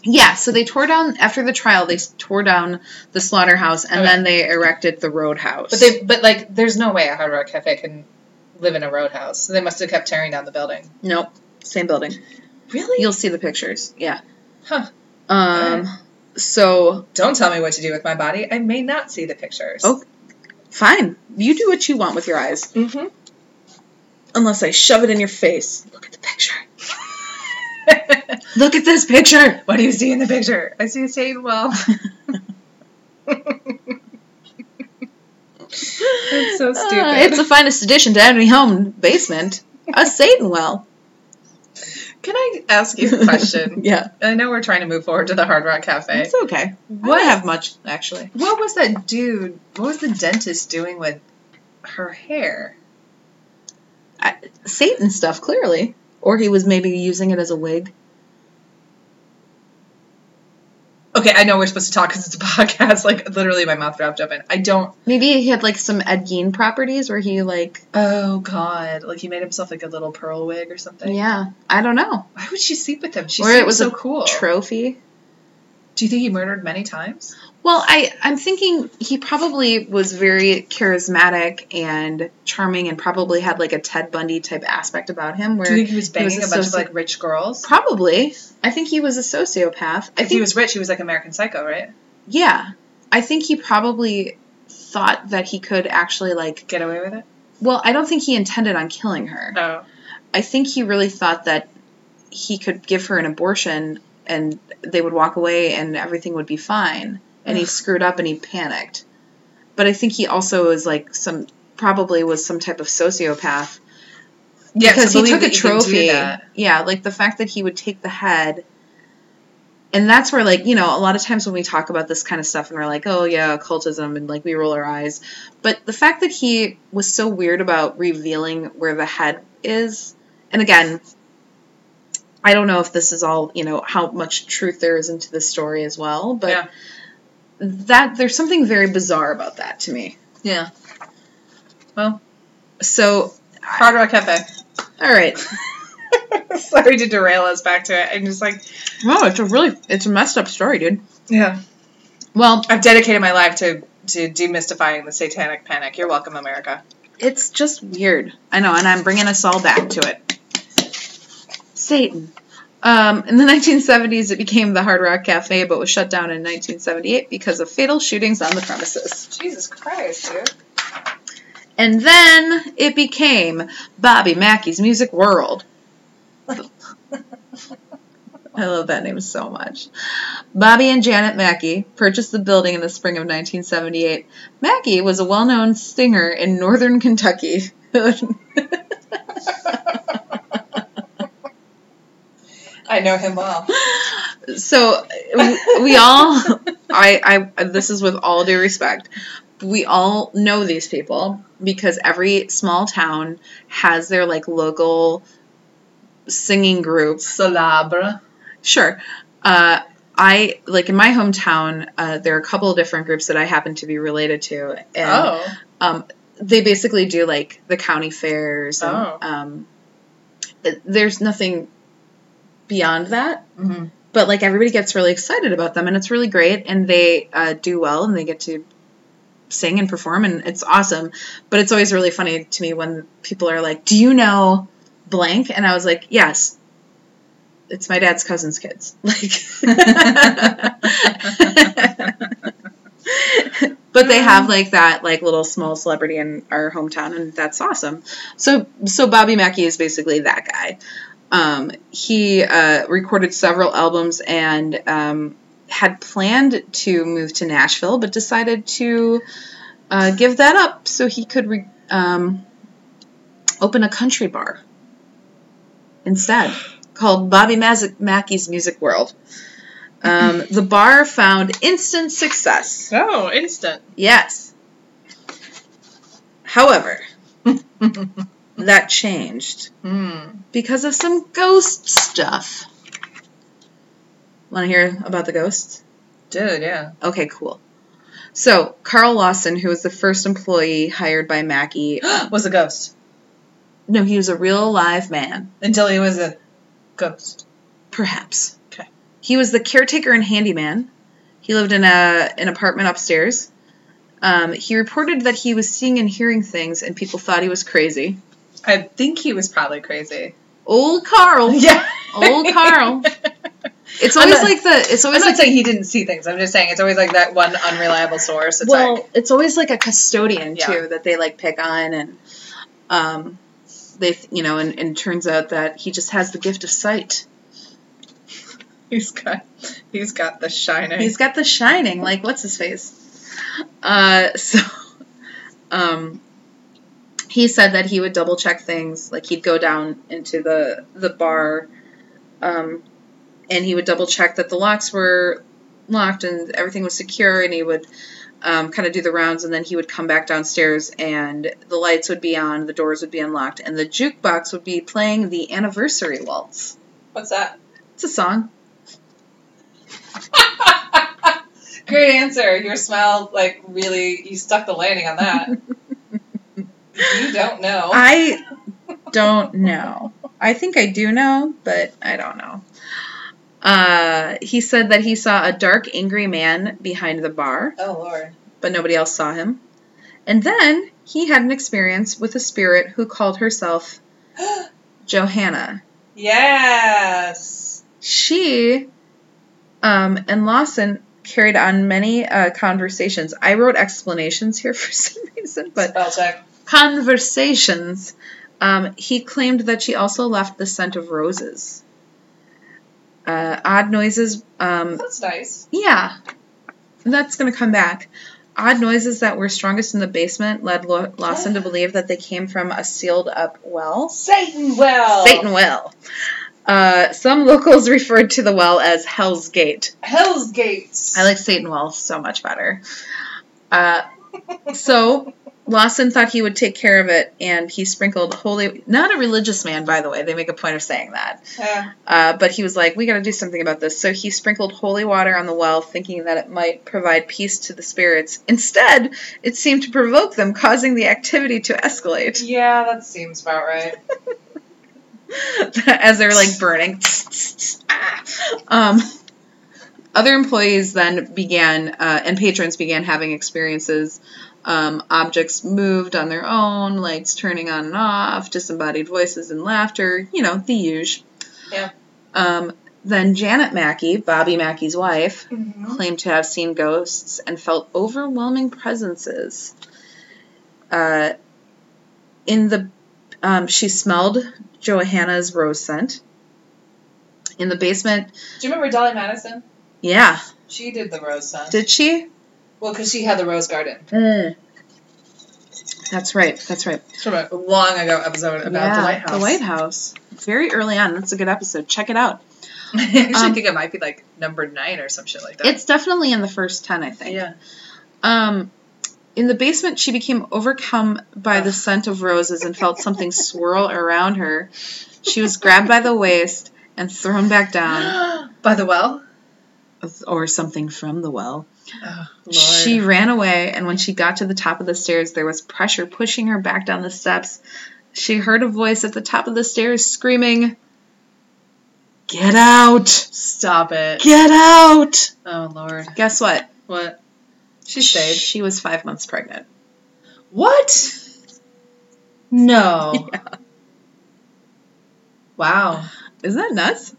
B: Yeah, so they tore down after the trial. They s- tore down the slaughterhouse and
A: Okay.
B: then they erected the roadhouse.
A: But they but like there's no way a Hard Rock Cafe can live in a roadhouse. So they must have kept tearing down the building.
B: nope, same building.
A: Really?
B: You'll see the pictures. Yeah.
A: Huh.
B: Um. So
A: Don't tell me what to do with my body. I may not see the pictures.
B: Oh. fine, you do what you want with your eyes,
A: Mm-hmm.
B: unless I shove it in your face. Look at the picture. Look at this picture.
A: *laughs* what do you see in the picture? I see a *laughs* stainwell. That's so stupid.
B: Uh, it's the finest addition to any home basement.
A: *laughs*
B: A Satan well.
A: Can I ask you a question?
B: *laughs* yeah,
A: *laughs* I know we're trying to move forward to the Hard Rock Cafe.
B: it's okay. I
A: What-
B: don't have much actually.
A: What was that dude? What was the dentist doing with her hair?
B: I, Satan stuff clearly, or he was maybe using it as a wig.
A: Okay, I know we're supposed to talk because it's a *laughs* podcast. Like literally, my mouth dropped open. I don't.
B: Maybe he had like some Ed Gein properties where he like
A: Oh God! Like he made himself like a little pearl wig or something.
B: yeah I don't know
A: Why would she sleep with him? She
B: Or it
A: seemed
B: was
A: so
B: a
A: cool.
B: trophy.
A: Do you think he murdered many times?
B: Well, I I'm thinking he probably was very charismatic and charming and probably had like a Ted Bundy type aspect about him
A: Do you
B: where
A: think he was banging a bunch
B: associ-
A: of like rich girls?
B: probably I think he was a sociopath. I
A: If
B: think
A: he was rich, he was like American Psycho, right?
B: yeah. I think he probably thought that he could actually like
A: Get away with it.
B: well, I don't think he intended on killing her.
A: Oh,
B: I think he really thought that he could give her an abortion and they would walk away and everything would be fine. And he
A: Ugh.
B: screwed up and he panicked. But I think he also was like some probably was some type of sociopath
A: yeah,
B: because
A: to
B: he
A: believe
B: took a
A: that you can do
B: trophy.
A: that.
B: Yeah, like the fact that he would take the head. And that's where, like, you know, a lot of times when we talk about this kind of stuff and we're like, oh, yeah, occultism, and like we roll our eyes. But the fact that he was so weird about revealing where the head is, and again, I don't know if this is all, you know, how much truth there is into this story as well, but
A: Yeah.
B: that there's something very bizarre about that to me.
A: Yeah. Well,
B: So,
A: Hard Rock
B: *laughs*
A: Cafe.
B: all right.
A: Sorry to derail us back to it. I'm just like,
B: No, it's a really, it's a messed up story, dude.
A: yeah.
B: Well,
A: I've dedicated my life to to demystifying the satanic panic. You're welcome, America.
B: It's just weird. I know, and I'm bringing us all back to it. Satan. Um, in the *laughs* 1970s, it became the Hard Rock Cafe, but was shut down in 1978 because of fatal shootings on the premises.
A: Jesus Christ, dude.
B: And then it became Bobby Mackey's Music World. *laughs* I love that name so much. Bobby and Janet Mackey purchased the building in the spring of 1978. Mackey was a well known singer in northern Kentucky. *laughs*
A: *laughs* I know him well.
B: so we, we all I, I this is with all due respect we all know these people because every small town has their like local singing group
A: Salabra.
B: sure uh, i like in my hometown uh, there are a couple of different groups that i happen to be related to and
A: Oh.
B: um, they basically do like the county fairs and
A: Oh.
B: um, it- there's nothing beyond that
A: *laughs* hmm
B: but like everybody gets really excited about them and it's really great and they uh, do well and they get to sing and perform and it's awesome but it's always really funny to me when people are like do you know blank and i was like yes it's my dad's cousin's kids *laughs* like but they have like that like little small celebrity in our hometown and that's awesome so so bobby mackey is basically that guy um, he uh, recorded several albums and um, had planned to move to nashville but decided to uh, give that up so he could re- um, open a country bar instead called bobby Maz- mackey's music world um, the bar found instant success
A: Oh, instant.
B: Yes. However, that changed
A: *laughs* Hmm.
B: because of some ghost stuff. Want to hear about the ghosts?
A: Dude, yeah. *gasps*
B: Okay, cool. So Carl Lawson, who was the first employee hired by Mackey,
A: was a ghost
B: no, he was a real live man,
A: until he was a ghost.
B: perhaps.
A: Okay.
B: He was the caretaker and handyman. He lived in a an apartment upstairs. Um, he reported that he was seeing and hearing things, and people thought he was crazy.
A: I think he was probably crazy.
B: Old
A: *laughs*
B: Carl.
A: Yeah,
B: Old Carl. It's always
A: I'm not-
B: like the.
A: *laughs*
B: It's
A: I'm
B: always
A: not
B: like
A: saying he didn't see things. I'm just saying it's always like that one unreliable source. It's
B: well,
A: like *laughs*
B: it's always like a custodian
A: Yeah.
B: too that they like pick on, and um, they th- you know, and, and turns out that he just has the gift of sight.
A: he's got he's got the shining.
B: He's got the shining, like what's his face? Uh, *laughs* so, um, he said that he would double check things, like he'd go down into the the bar, um, and he would double check that the locks were locked and everything was secure, and he would. Um, kind of do the rounds, and then he would come back downstairs, and the lights would be on, the doors would be unlocked, and the jukebox would be playing the anniversary waltz.
A: What's that?
B: It's a song.
A: *laughs* Great answer. Your smell like really you stuck the landing on that. you don't know.
B: I don't know. I think I do know, but I don't know. Uh, he said that he saw a dark, angry man behind the bar,
A: oh lord. *gasps*
B: but nobody else saw him. And then he had an experience with a spirit who called herself Johanna.
A: yes.
B: She um, and Lawson carried on many uh, conversations. I wrote explanations here *laughs* for some reason, but
A: spell check.
B: conversations, um, he claimed that she also left the scent of roses. Uh, odd noises, um,
A: That's nice.
B: yeah, that's going to come back. Odd noises that were strongest in the basement led Lo- Lawson to believe that they came from a sealed up well.
A: Satan well.
B: Satan well. Uh, some locals *laughs* referred to the well as Hell's Gate.
A: Hell's gates.
B: I like Satan Wells so much better. Uh, so Lawson thought he would take care of it, and he sprinkled holy. Not a religious man, by the way. They make a point of saying that.
A: Yeah.
B: Uh, but he was like, "We got to do something about this." So he sprinkled holy water on the well, thinking that it might provide peace to the spirits. Instead, it seemed to provoke them, causing the activity to escalate
A: yeah, that seems about
B: *laughs*
A: right.
B: as they were like burning. *laughs* um, other employees then began, uh, and patrons began having experiences. Um, objects moved on their own, lights turning on and off, disembodied voices and laughter, you know, the usual.
A: Yeah.
B: Um, then Janet Mackey, Bobby Mackey's wife,
A: Mhm.
B: claimed to have seen ghosts and felt overwhelming presences. Uh, in the, um, she smelled Johanna's rose scent. In the basement,
A: Do you remember Dolly Madison?
B: yeah,
A: She did the rose scent.
B: did she?
A: well, because she had the rose garden.
B: That's right. That's right.
A: From a long ago episode about the White House.
B: The White House. Very early on. That's a good episode. Check it out.
A: I *laughs* actually
B: Um,
A: think it might be like number nine or some shit like that.
B: It's definitely in the first ten, I think.
A: yeah.
B: Um, in the basement, she became overcome by the
A: Ugh.
B: scent of roses and felt something swirl around her. She was grabbed by the waist and thrown back down,
A: *gasps* By the well.
B: or something from the well.
A: Oh, Lord.
B: She ran away, and when she got to the top of the stairs, there was pressure pushing her back down the steps. She heard a voice at the top of the stairs screaming, Get out!
A: Stop it.
B: Get out!
A: Oh Lord.
B: Guess what?
A: What? She stayed.
B: She was five months pregnant.
A: What? No.
B: *laughs* Yeah.
A: Wow.
B: Isn't that nuts?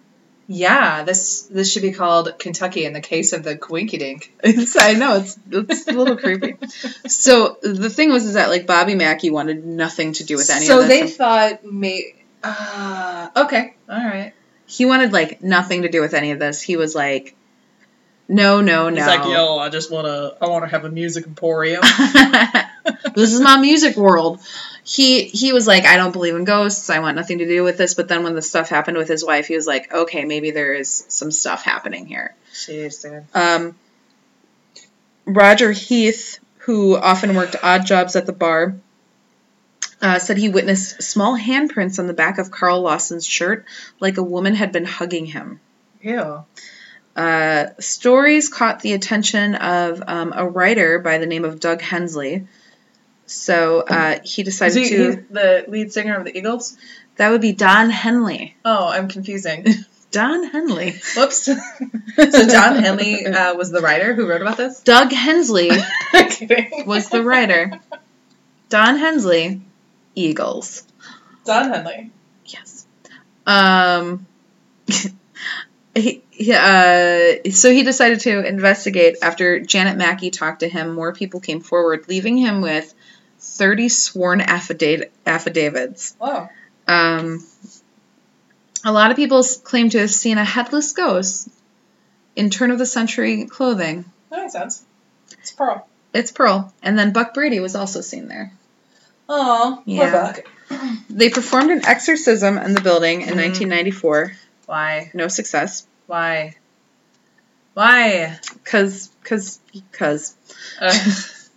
A: Yeah, this this should be called Kentucky in the case of the Quinky Dink.
B: It's, I know it's *laughs* it's a
A: *laughs*
B: little creepy. So the thing was is that like Bobby Mackey wanted nothing to do with any
A: so
B: of
A: they
B: this.
A: thought may uh, okay, all right.
B: he wanted like nothing to do with any of this. He was like, no, no, Oh, no.
A: I just wanna I wanna have a music emporium.
B: *laughs* this is my music world. He he was like, I don't believe in ghosts. I want nothing to do with this. But then when the stuff happened with his wife, he was like, okay, maybe there is some stuff happening here.
A: Jeez, dude.
B: Um, Roger Heath, who often worked odd jobs at the bar, uh, said he witnessed small handprints on the back of Carl Lawson's shirt, like a woman had been hugging him.
A: Ew.
B: uh, stories caught the attention of um, a writer by the name of Doug Hensley. So uh, he
A: Is
B: decided
A: he,
B: to.
A: he the lead singer of the Eagles?
B: that would be Don Henley.
A: Oh, I'm confusing.
B: Don Henley.
A: *laughs* Whoops. so John Henley uh, was the writer who wrote about *laughs* this.
B: Doug Hensley
A: Kidding.
B: was the writer. Don Hensley, Eagles.
A: Don Henley.
B: Yes. Um. *laughs* He, he, uh, so he decided to investigate after Janet Mackey talked to him. More people came forward, leaving him with 30 sworn affidavit, affidavits.
A: Wow.
B: Um, a lot of people s- claim to have seen a headless ghost in turn of the century clothing.
A: That makes sense. It's Pearl.
B: It's Pearl. And then Buck Brady was also seen there.
A: Oh,
B: Yeah. They performed an exorcism in the building in
A: Mhm.
B: 1994.
A: Why?
B: No success.
A: Why? Why?
B: Cause, cause, cause. *laughs*
A: *laughs*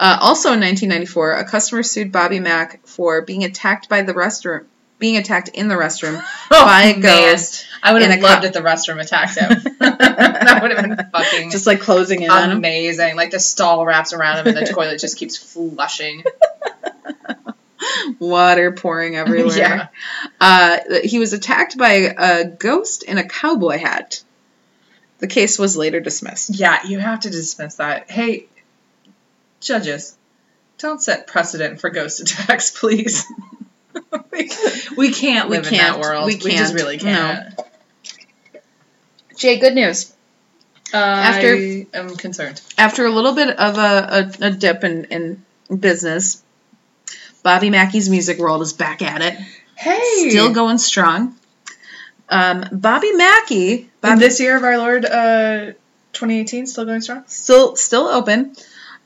A: Uh,
B: Uh, also in 1994, a customer sued Bobby Mack for being attacked by the restroom, being attacked in the restroom by a
A: man.
B: ghost.
A: Oh, I would
B: In
A: have
B: a
A: loved
B: cup.
A: if the restroom attacked *laughs* him. *laughs* that would have been
B: *laughs*
A: fucking
B: Just like closing in on him.
A: amazing. Like the stall wraps around him and the toilet just keeps *laughs* flushing.
B: Water pouring everywhere.
A: Yeah.
B: Uh, he was attacked by a ghost in a cowboy hat. The case was later dismissed.
A: Yeah, you have to dismiss that. Hey, judges, don't set precedent for ghost *laughs* attacks, please. *laughs* we can't
B: We
A: live in that
B: can't.
A: world.
B: We
A: just
B: can't.
A: really can't.
B: Jay, good news. After-
A: I am concerned.
B: after a little bit of a, a, a dip in, in business, Bobby Mackey's music world is back at it,
A: Hey,
B: still going strong. Um, Bobby Mackey,
A: And
B: Bobby,
A: this year of our Lord, uh, 2018, still going strong.
B: still still open.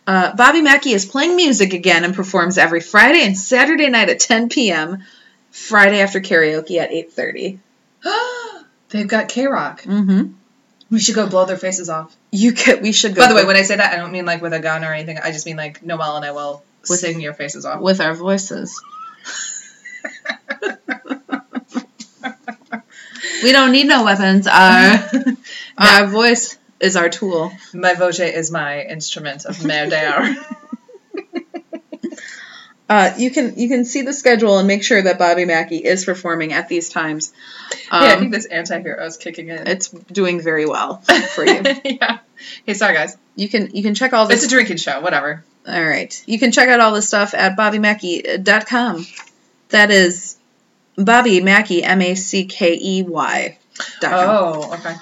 B: Uh, Bobby Mackey is playing music again and performs every Friday and Saturday night at 10 p.m. Friday after karaoke at 8:30.
A: *gasps* They've got K Rock.
B: Mm-hmm.
A: We should go blow their faces off.
B: You could we should go.
A: By the way, when I say that, I don't mean like with a gun or anything. I just mean like Noel and I will
B: With-
A: sing your faces *laughs* off.
B: with our voices. we don't need no
A: *laughs*
B: weapons. Our
A: Uh,
B: our voice is our tool.
A: My voce is my instrument of murder.
B: Uh, you can you can see the schedule and make sure that Bobby Mackey is performing at these times. Um,
A: yeah, *laughs* I think this anti-hero is kicking in.
B: it's doing very well
A: *laughs*
B: for you.
A: yeah. Hey, sorry guys.
B: You can you can check all
A: It's
B: this.
A: a drinking show. Whatever.
B: all right, you can check out all this stuff at BobbyMackey.com. That is Bobby Mackey M A C K E Y. dot com.
A: Oh, okay.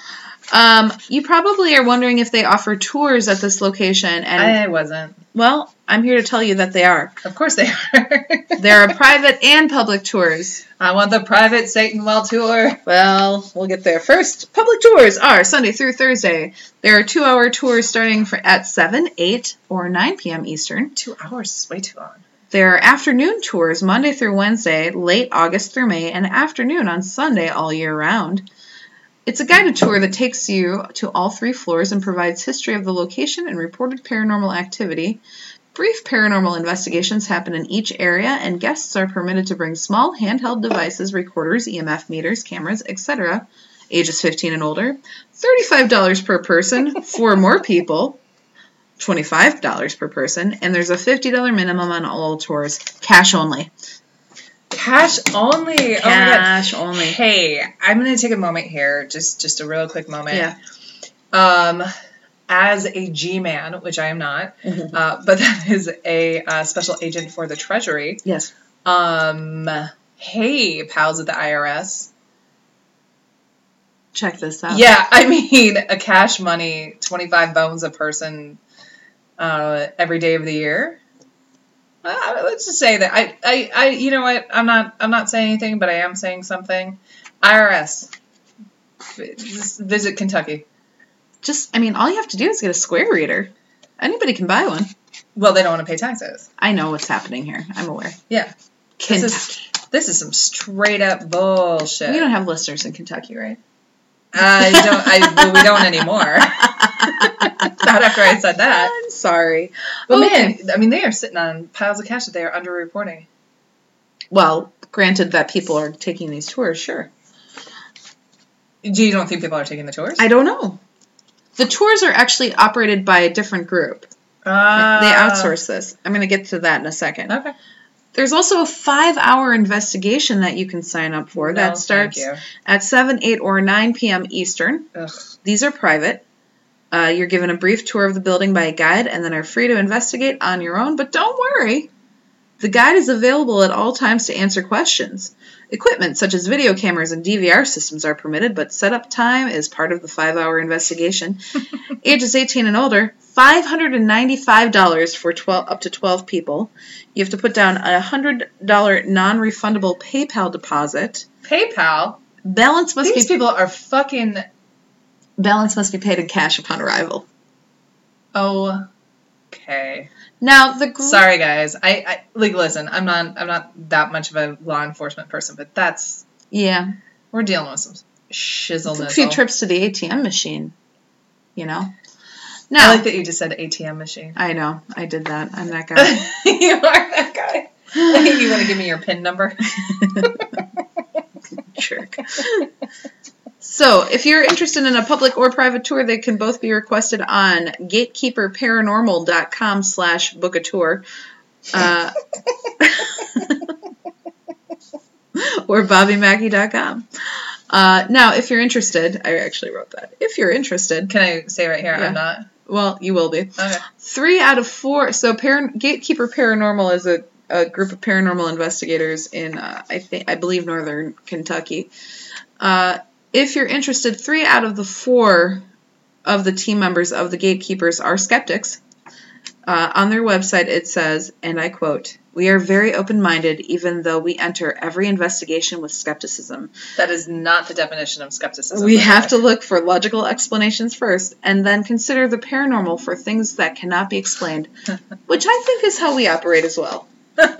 B: Um, you probably are wondering if they offer tours at this location, and
A: I wasn't.
B: well, I'm here to tell you that they are.
A: Of course they are. *laughs*
B: There are private and public tours.
A: I want the private Satan Well tour.
B: Well, we'll get there first. Public tours are Sunday through Thursday. There are two-hour tours starting for at 7, 8, or 9 p.m. Eastern.
A: Two hours is way too long.
B: There are afternoon tours Monday through Wednesday, late August through May, and afternoon on Sunday all year round. It's a guided tour that takes you to all three floors and provides history of the location and reported paranormal activity. Brief paranormal investigations happen in each area, and guests are permitted to bring small handheld devices, recorders, EMF meters, cameras, etc., ages 15 and older. $35 per person for more people. $25 per person, and there's a $50 minimum on all tours, cash only.
A: Cash only.
B: Cash
A: oh my god.
B: only.
A: Hey, I'm gonna take a moment here. Just just a real quick moment.
B: Yeah.
A: Um as a G man, which I am not, uh, but *laughs* that is a uh, special agent for the Treasury.
B: Yes.
A: Um, hey, pals at the IRS.
B: Check this out.
A: Yeah, *laughs* I mean, a cash money, 25 bones a person uh, every day of the year. Uh, let's just say that I, I, I, you know what? I'm not, I'm not saying anything, but I am saying something. IRS, v- just visit Kentucky.
B: Just, I mean, all you have to do is get a square reader. Anybody can buy one.
A: Well, they don't want to pay taxes.
B: I know what's happening here. I'm aware.
A: Yeah,
B: Kentucky.
A: is- this is some straight up bullshit.
B: we don't have listeners in Kentucky, right?
A: I don't. I, well, we don't anymore. Not after I said that.
B: *laughs* I'm sorry.
A: But
B: Okay.
A: man, I mean, they are sitting on piles of cash that they are underreporting.
B: Well, granted that people are taking these tours, sure.
A: Do you don't think people are taking the tours?
B: I don't know. The tours are actually operated by a different group.
A: Uh,
B: they outsource this. I'm going to get to that in a second.
A: Okay.
B: There's also a five hour investigation that you can sign up for
A: No,
B: that starts
A: Oh, Thank
B: at 7, 8, or 9 p.m. Eastern.
A: you. Ugh.
B: These are private. Uh, you're given a brief tour of the building by a guide and then are free to investigate on your own, but don't worry. The guide is available at all times to answer questions. Equipment such as video cameras and DVR systems are permitted, but setup time is part of the five hour investigation. Ages 18 and older, $595 for 12, up to 12 people. You have to put down a $100 non refundable PayPal deposit.
A: PayPal.
B: Balance must
A: These
B: be
A: people are fucking.
B: balance must be paid in cash upon arrival.
A: Okay.
B: Now the group
A: Sorry, guys. I, I like listen. I'm not. I'm not that much of a law enforcement person, but that's
B: Yeah.
A: we're dealing with some shizzle.
B: A
A: nizzle.
B: few trips to the ATM machine, you know? No.
A: I like that you just said ATM machine. *laughs*
B: I know. I did that. I'm that
A: you are *laughs*
B: guy.
A: that
B: *laughs*
A: guy. *laughs* you want to give me your pin number? *laughs*
B: Jerk. So, if you're interested in a public or private tour, they can both be requested on gatekeeperparanormal.com slash book a tour. Uh, or bobbymackey.com. Uh, now, if you're interested, I actually wrote that. If you're interested,
A: Can I say right here?
B: Yeah.
A: I'm not.
B: well, you will be.
A: Okay.
B: Three out of four. So, Paran- Gatekeeper Paranormal is a, a group of paranormal investigators in, uh, I think, I believe, northern Kentucky. Uh, if you're interested, three out of the four of the team members of the Gatekeepers are skeptics. Uh, on their website, it says, and I quote, "We are very open-minded, even though we enter every investigation with skepticism.
A: That is not the definition of skepticism.
B: We have
A: *laughs*
B: to look for logical explanations first and then consider the paranormal for things that cannot be
A: *laughs*
B: explained, which I think is how we operate as well.
A: I-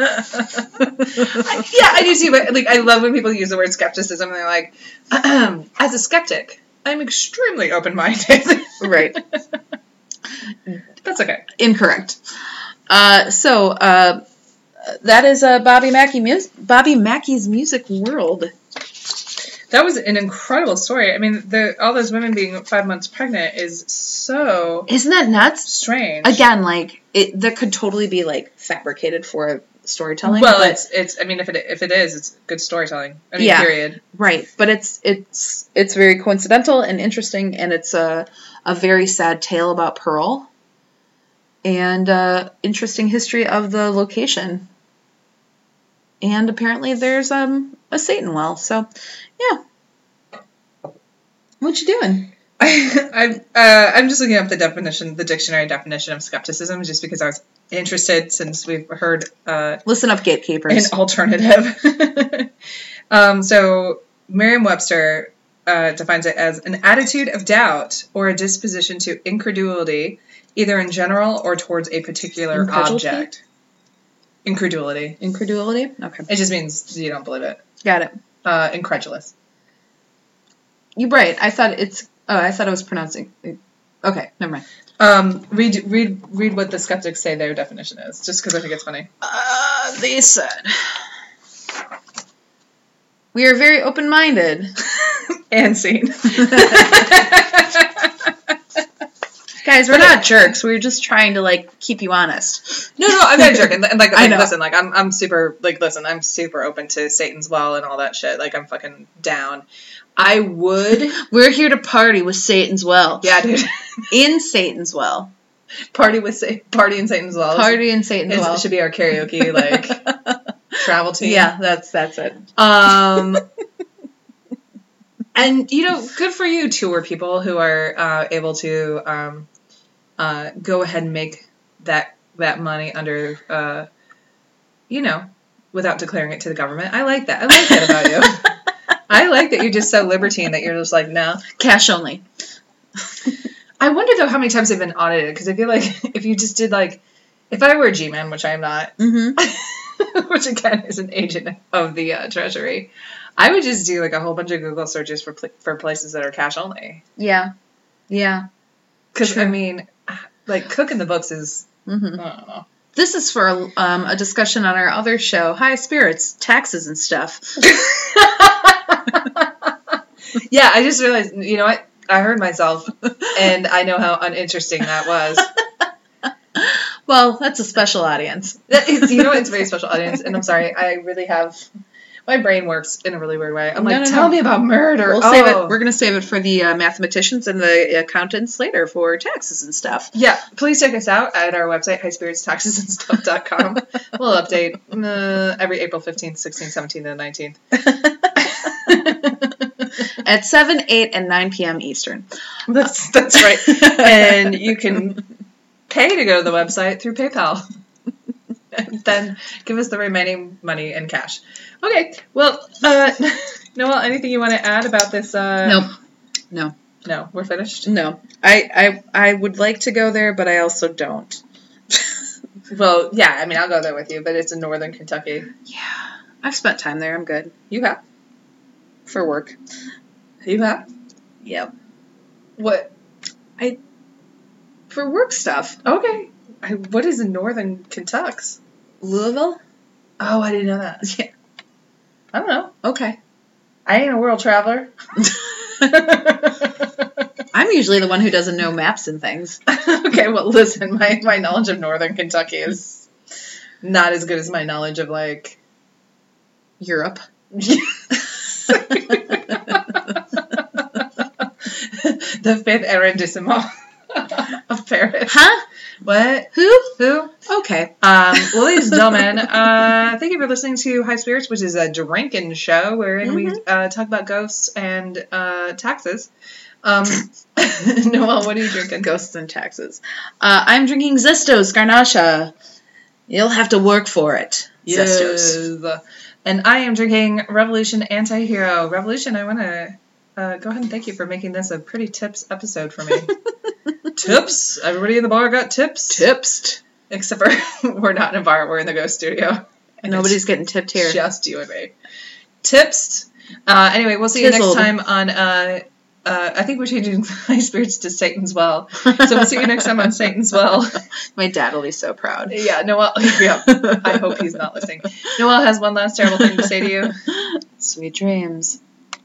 A: yeah, I do too. But like, I love when people use the word skepticism. And they're like, *clears throat* as a skeptic, I'm extremely open-minded. *laughs*
B: Right.
A: That's okay.
B: *laughs* Incorrect. Uh, so uh, that is uh, Bobby Mackey mus- Bobby Mackey's music world.
A: That was an incredible story. I mean, the, all those women being five months pregnant is so
B: Isn't that nuts?
A: strange.
B: Again, like it, that could totally be like fabricated for storytelling.
A: well,
B: but-
A: it's it's. I mean, if it if it is, it's good storytelling. I mean,
B: Yeah.
A: period.
B: Right, but it's it's it's very coincidental and interesting, and it's a a very sad tale about Pearl, and uh, interesting history of the location. And apparently, there's um a Satan well, so yeah. What you doing?
A: I, I uh, *laughs* I'm just looking up the definition, the dictionary definition of skepticism, just because I was interested since we've heard uh,
B: Listen up,
A: an
B: gatekeepers.
A: alternative. *laughs* um, so Merriam-Webster uh, defines it as an attitude of doubt or a disposition to incredulity, either in general or towards a particular
B: Incredulity?
A: object. Incredulity.
B: Incredulity. Okay,
A: It just means you don't believe it.
B: got it.
A: Uh, incredulous.
B: You right. I thought it's. Oh, I thought it was pronouncing. Okay, never mind.
A: Um, read read read what the skeptics say their definition is, just because I think it's funny.
B: Uh, they said. We are very open minded.
A: *laughs* and
B: *laughs*
A: seen.
B: Guys, we're not jerks. We're just trying to, like, keep you honest.
A: No, no, I'm not joking. And like,
B: I
A: like,
B: know.
A: listen, like, I'm, I'm super, like, listen, I'm super open to Satan's well and all that shit. Like, I'm fucking down. I would,
B: We're here to party with Satan's well.
A: yeah, dude, *laughs*
B: In Satan's well.
A: party with Satan, party in Satan's well.
B: Party in Satan's
A: It's-
B: well.
A: It should be our karaoke
B: *laughs*
A: like travel team.
B: yeah, that's that's it.
A: Um. and you know, good for you tour people who are uh, able to um, uh, go ahead and make that that money under, uh, you know, without declaring it to the government. I like that. I like that about
B: *laughs*
A: you. I like that you're just so libertine that you're just like no.
B: Cash only.
A: I wonder though how many times they've been audited because I feel like *laughs* if you just did like if I were a G-man, which I am not, *laughs*
B: Mm-hmm.
A: which again is an agent of the uh, treasury i would just do like a whole bunch of google searches for, pl- for places that are cash only
B: Yeah. Yeah.
A: because i mean like cooking the books is
B: Mm-hmm.
A: i don't
B: *laughs*
A: know
B: This is for um, a discussion on our other show, High Spirits, Taxes and Stuff.
A: yeah i just realized you know what I heard myself, and I know how uninteresting that was.
B: well, that's a special audience.
A: That is, you know, it's a very special audience, and I'm sorry, I really have my brain works in a really weird way. I'm
B: No,
A: like,
B: no,
A: tell
B: no.
A: me about murder.
B: We'll
A: oh.
B: save it. We're gonna save it for the uh, mathematicians and the uh, accountants later for taxes and stuff. *laughs*
A: yeah, please check us out at our website, highspiritstaxesandstuff.com. we'll update uh, every April 15th, 16th, 17th, and 19th.
B: At seven, eight, and nine p.m. Eastern.
A: That's that's right. and you can pay to go to the website through PayPal. And then give us the remaining money in cash. Okay. Well, uh, *laughs* Noel, anything you want to add about this? Uh,
B: Nope. No,
A: No, we're finished.
B: no. I, I, I would like to go there, but I also don't. *laughs*
A: Well, yeah. I mean, I'll go there with you, but it's in Northern Kentucky.
B: Yeah, I've spent time there. I'm good
A: You have.
B: for work.
A: You have.
B: Yep.
A: What?
B: For work stuff.
A: Okay. I, what is in Northern Kentucky?
B: Louisville.
A: Oh, I didn't know that.
B: *laughs* Yeah.
A: I don't know.
B: Okay. *laughs*
A: I ain't a world traveler. *laughs*
B: I'm usually the one who doesn't know maps and things.
A: okay, well, listen, my, my knowledge of Northern Kentucky is not as good as my knowledge of, like, *laughs*
B: Europe.
A: the fifth arrondissement of Paris.
B: Huh?
A: What?
B: Who?
A: Who?
B: Okay.
A: Um, well, ladies and gentlemen, uh, thank you for listening to High Spirits, which is a drinking show wherein we uh, talk about ghosts and uh, taxes. Um, *laughs* Noel, what are you drinking?
B: Ghosts and taxes. Uh, I'm drinking Zestos Garnacha. You'll have to work for it. Zestos.
A: Yes. And I am drinking Revolution Anti-Hero. Revolution, I want to uh, go ahead and thank you for making this a pretty tips episode for *laughs*
B: *laughs*
A: me. tips? Everybody in the bar got tips?
B: Tipsed.
A: Except for *laughs* we're not in a bar, we're in the ghost studio. And it's
B: Nobody's getting tipped here.
A: Just you and me. Tips. Uh, anyway, we'll see you next
B: Tizzled.
A: time on. Uh, uh, I think we're changing *laughs* High Spirits to Satan's Well. So we'll see you next time on Satan's Well.
B: *laughs*
A: *laughs*
B: My dad will be so proud.
A: yeah, Noel. *laughs* Yeah, I hope he's not listening. Noel has one last terrible thing to say to you.
B: *laughs* Sweet dreams.